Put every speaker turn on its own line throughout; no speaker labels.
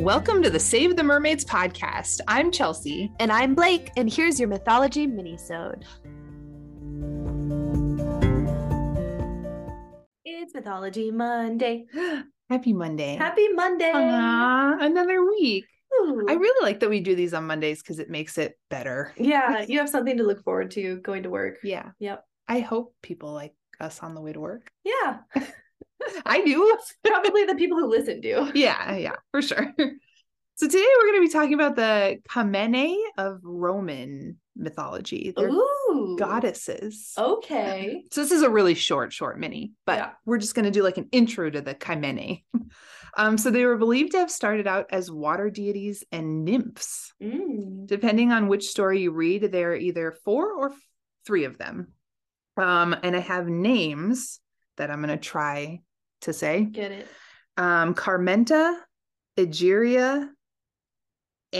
Welcome to the Save the Mermaids podcast. I'm Chelsea.
And I'm Blake, and here's your mythology minisode. It's Mythology Monday.
Happy Monday.
Happy Monday.
Aw, another week.
Ooh.
I really like that we do these on Mondays because it makes it better.
yeah, you have something to look forward to going to work.
Yeah.
Yep.
I hope people like us on the way to work.
Yeah,
I do.
probably the people who listen do.
yeah, yeah, for sure. So today we're going to be talking about the Kamene of Roman mythology. They're
Ooh.
goddesses.
Okay.
So this is a really short, short mini, but
Yeah.
we're just going to do like an intro to the Kaimene. um, so they were believed to have started out as water deities and nymphs.
Mm.
Depending on which story you read, there are either four or f- three of them. Um, and I have names that I'm going to try to say.
Get it.
Um, Carmenta, Egeria,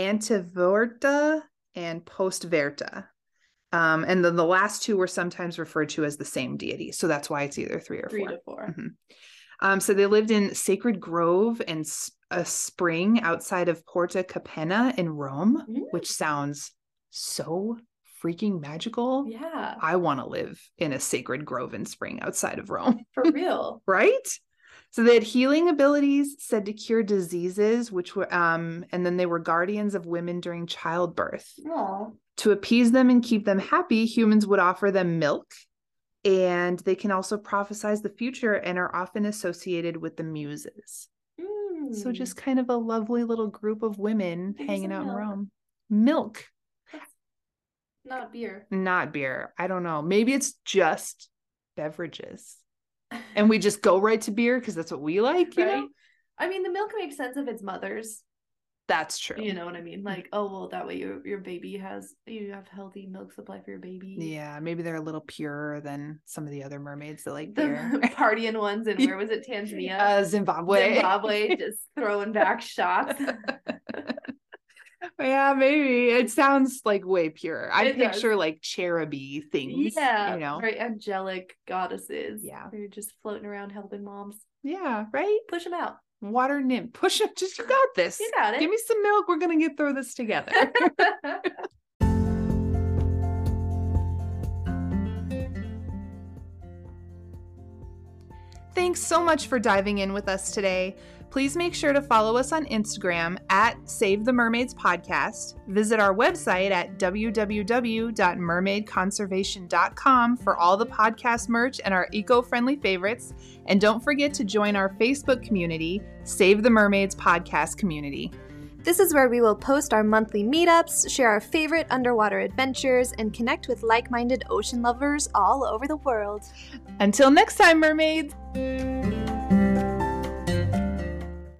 Antivorta, and Postverta. Um, and then the last two were sometimes referred to as the same deity. So that's why it's either three or
Three
four.
to four.
Um, so they lived in Sacred Grove and s- a spring outside of Porta Capena in Rome,
Mm.
which sounds so freaking magical.
Yeah,
I want to live in a sacred grove and spring outside of Rome
for real.
right? So they had healing abilities said to cure diseases, which were, um, and then they were guardians of women during childbirth.
Aw.
To appease them and keep them happy, humans would offer them milk, and they can also prophesize the future and are often associated with the muses. So
Mm.
just kind of a lovely little group of women
Give me
hanging
some
out in
milk.
Rome. Milk,
not beer.
not beer. I don't know. Maybe it's just beverages, and we just go right to beer because that's what we like. You
right?
know,
I mean, the milk makes sense if it's mother's.
that's true.
You know what I mean? Like, oh well, that way your your baby has you have healthy milk supply for your baby.
Yeah, maybe they're a little purer than some of the other mermaids that like
The
beer.
partying ones and where was it? Tanzania,
Uh, Zimbabwe.
Zimbabwe, just throwing back shots.
yeah, maybe it sounds like way purer. I
It does.
picture like cheruby things.
yeah,
you know.
very angelic goddesses.
Yeah.
they're just floating around helping moms
Yeah, right.
push them out.
Water nymph. Push up. Just you got this.
You got it.
Give me some milk. We're gonna get through this together. Thanks so much for diving in with us today. Please make sure to follow us on Instagram at Save the Mermaids Podcast. Visit our website at www.mermaidconservation.com for all the podcast merch and our eco friendly favorites. And don't forget to join our Facebook community, Save the Mermaids Podcast Community.
This is where we will post our monthly meetups, share our favorite underwater adventures, and connect with like minded ocean lovers all over the world.
Until next time, mermaids!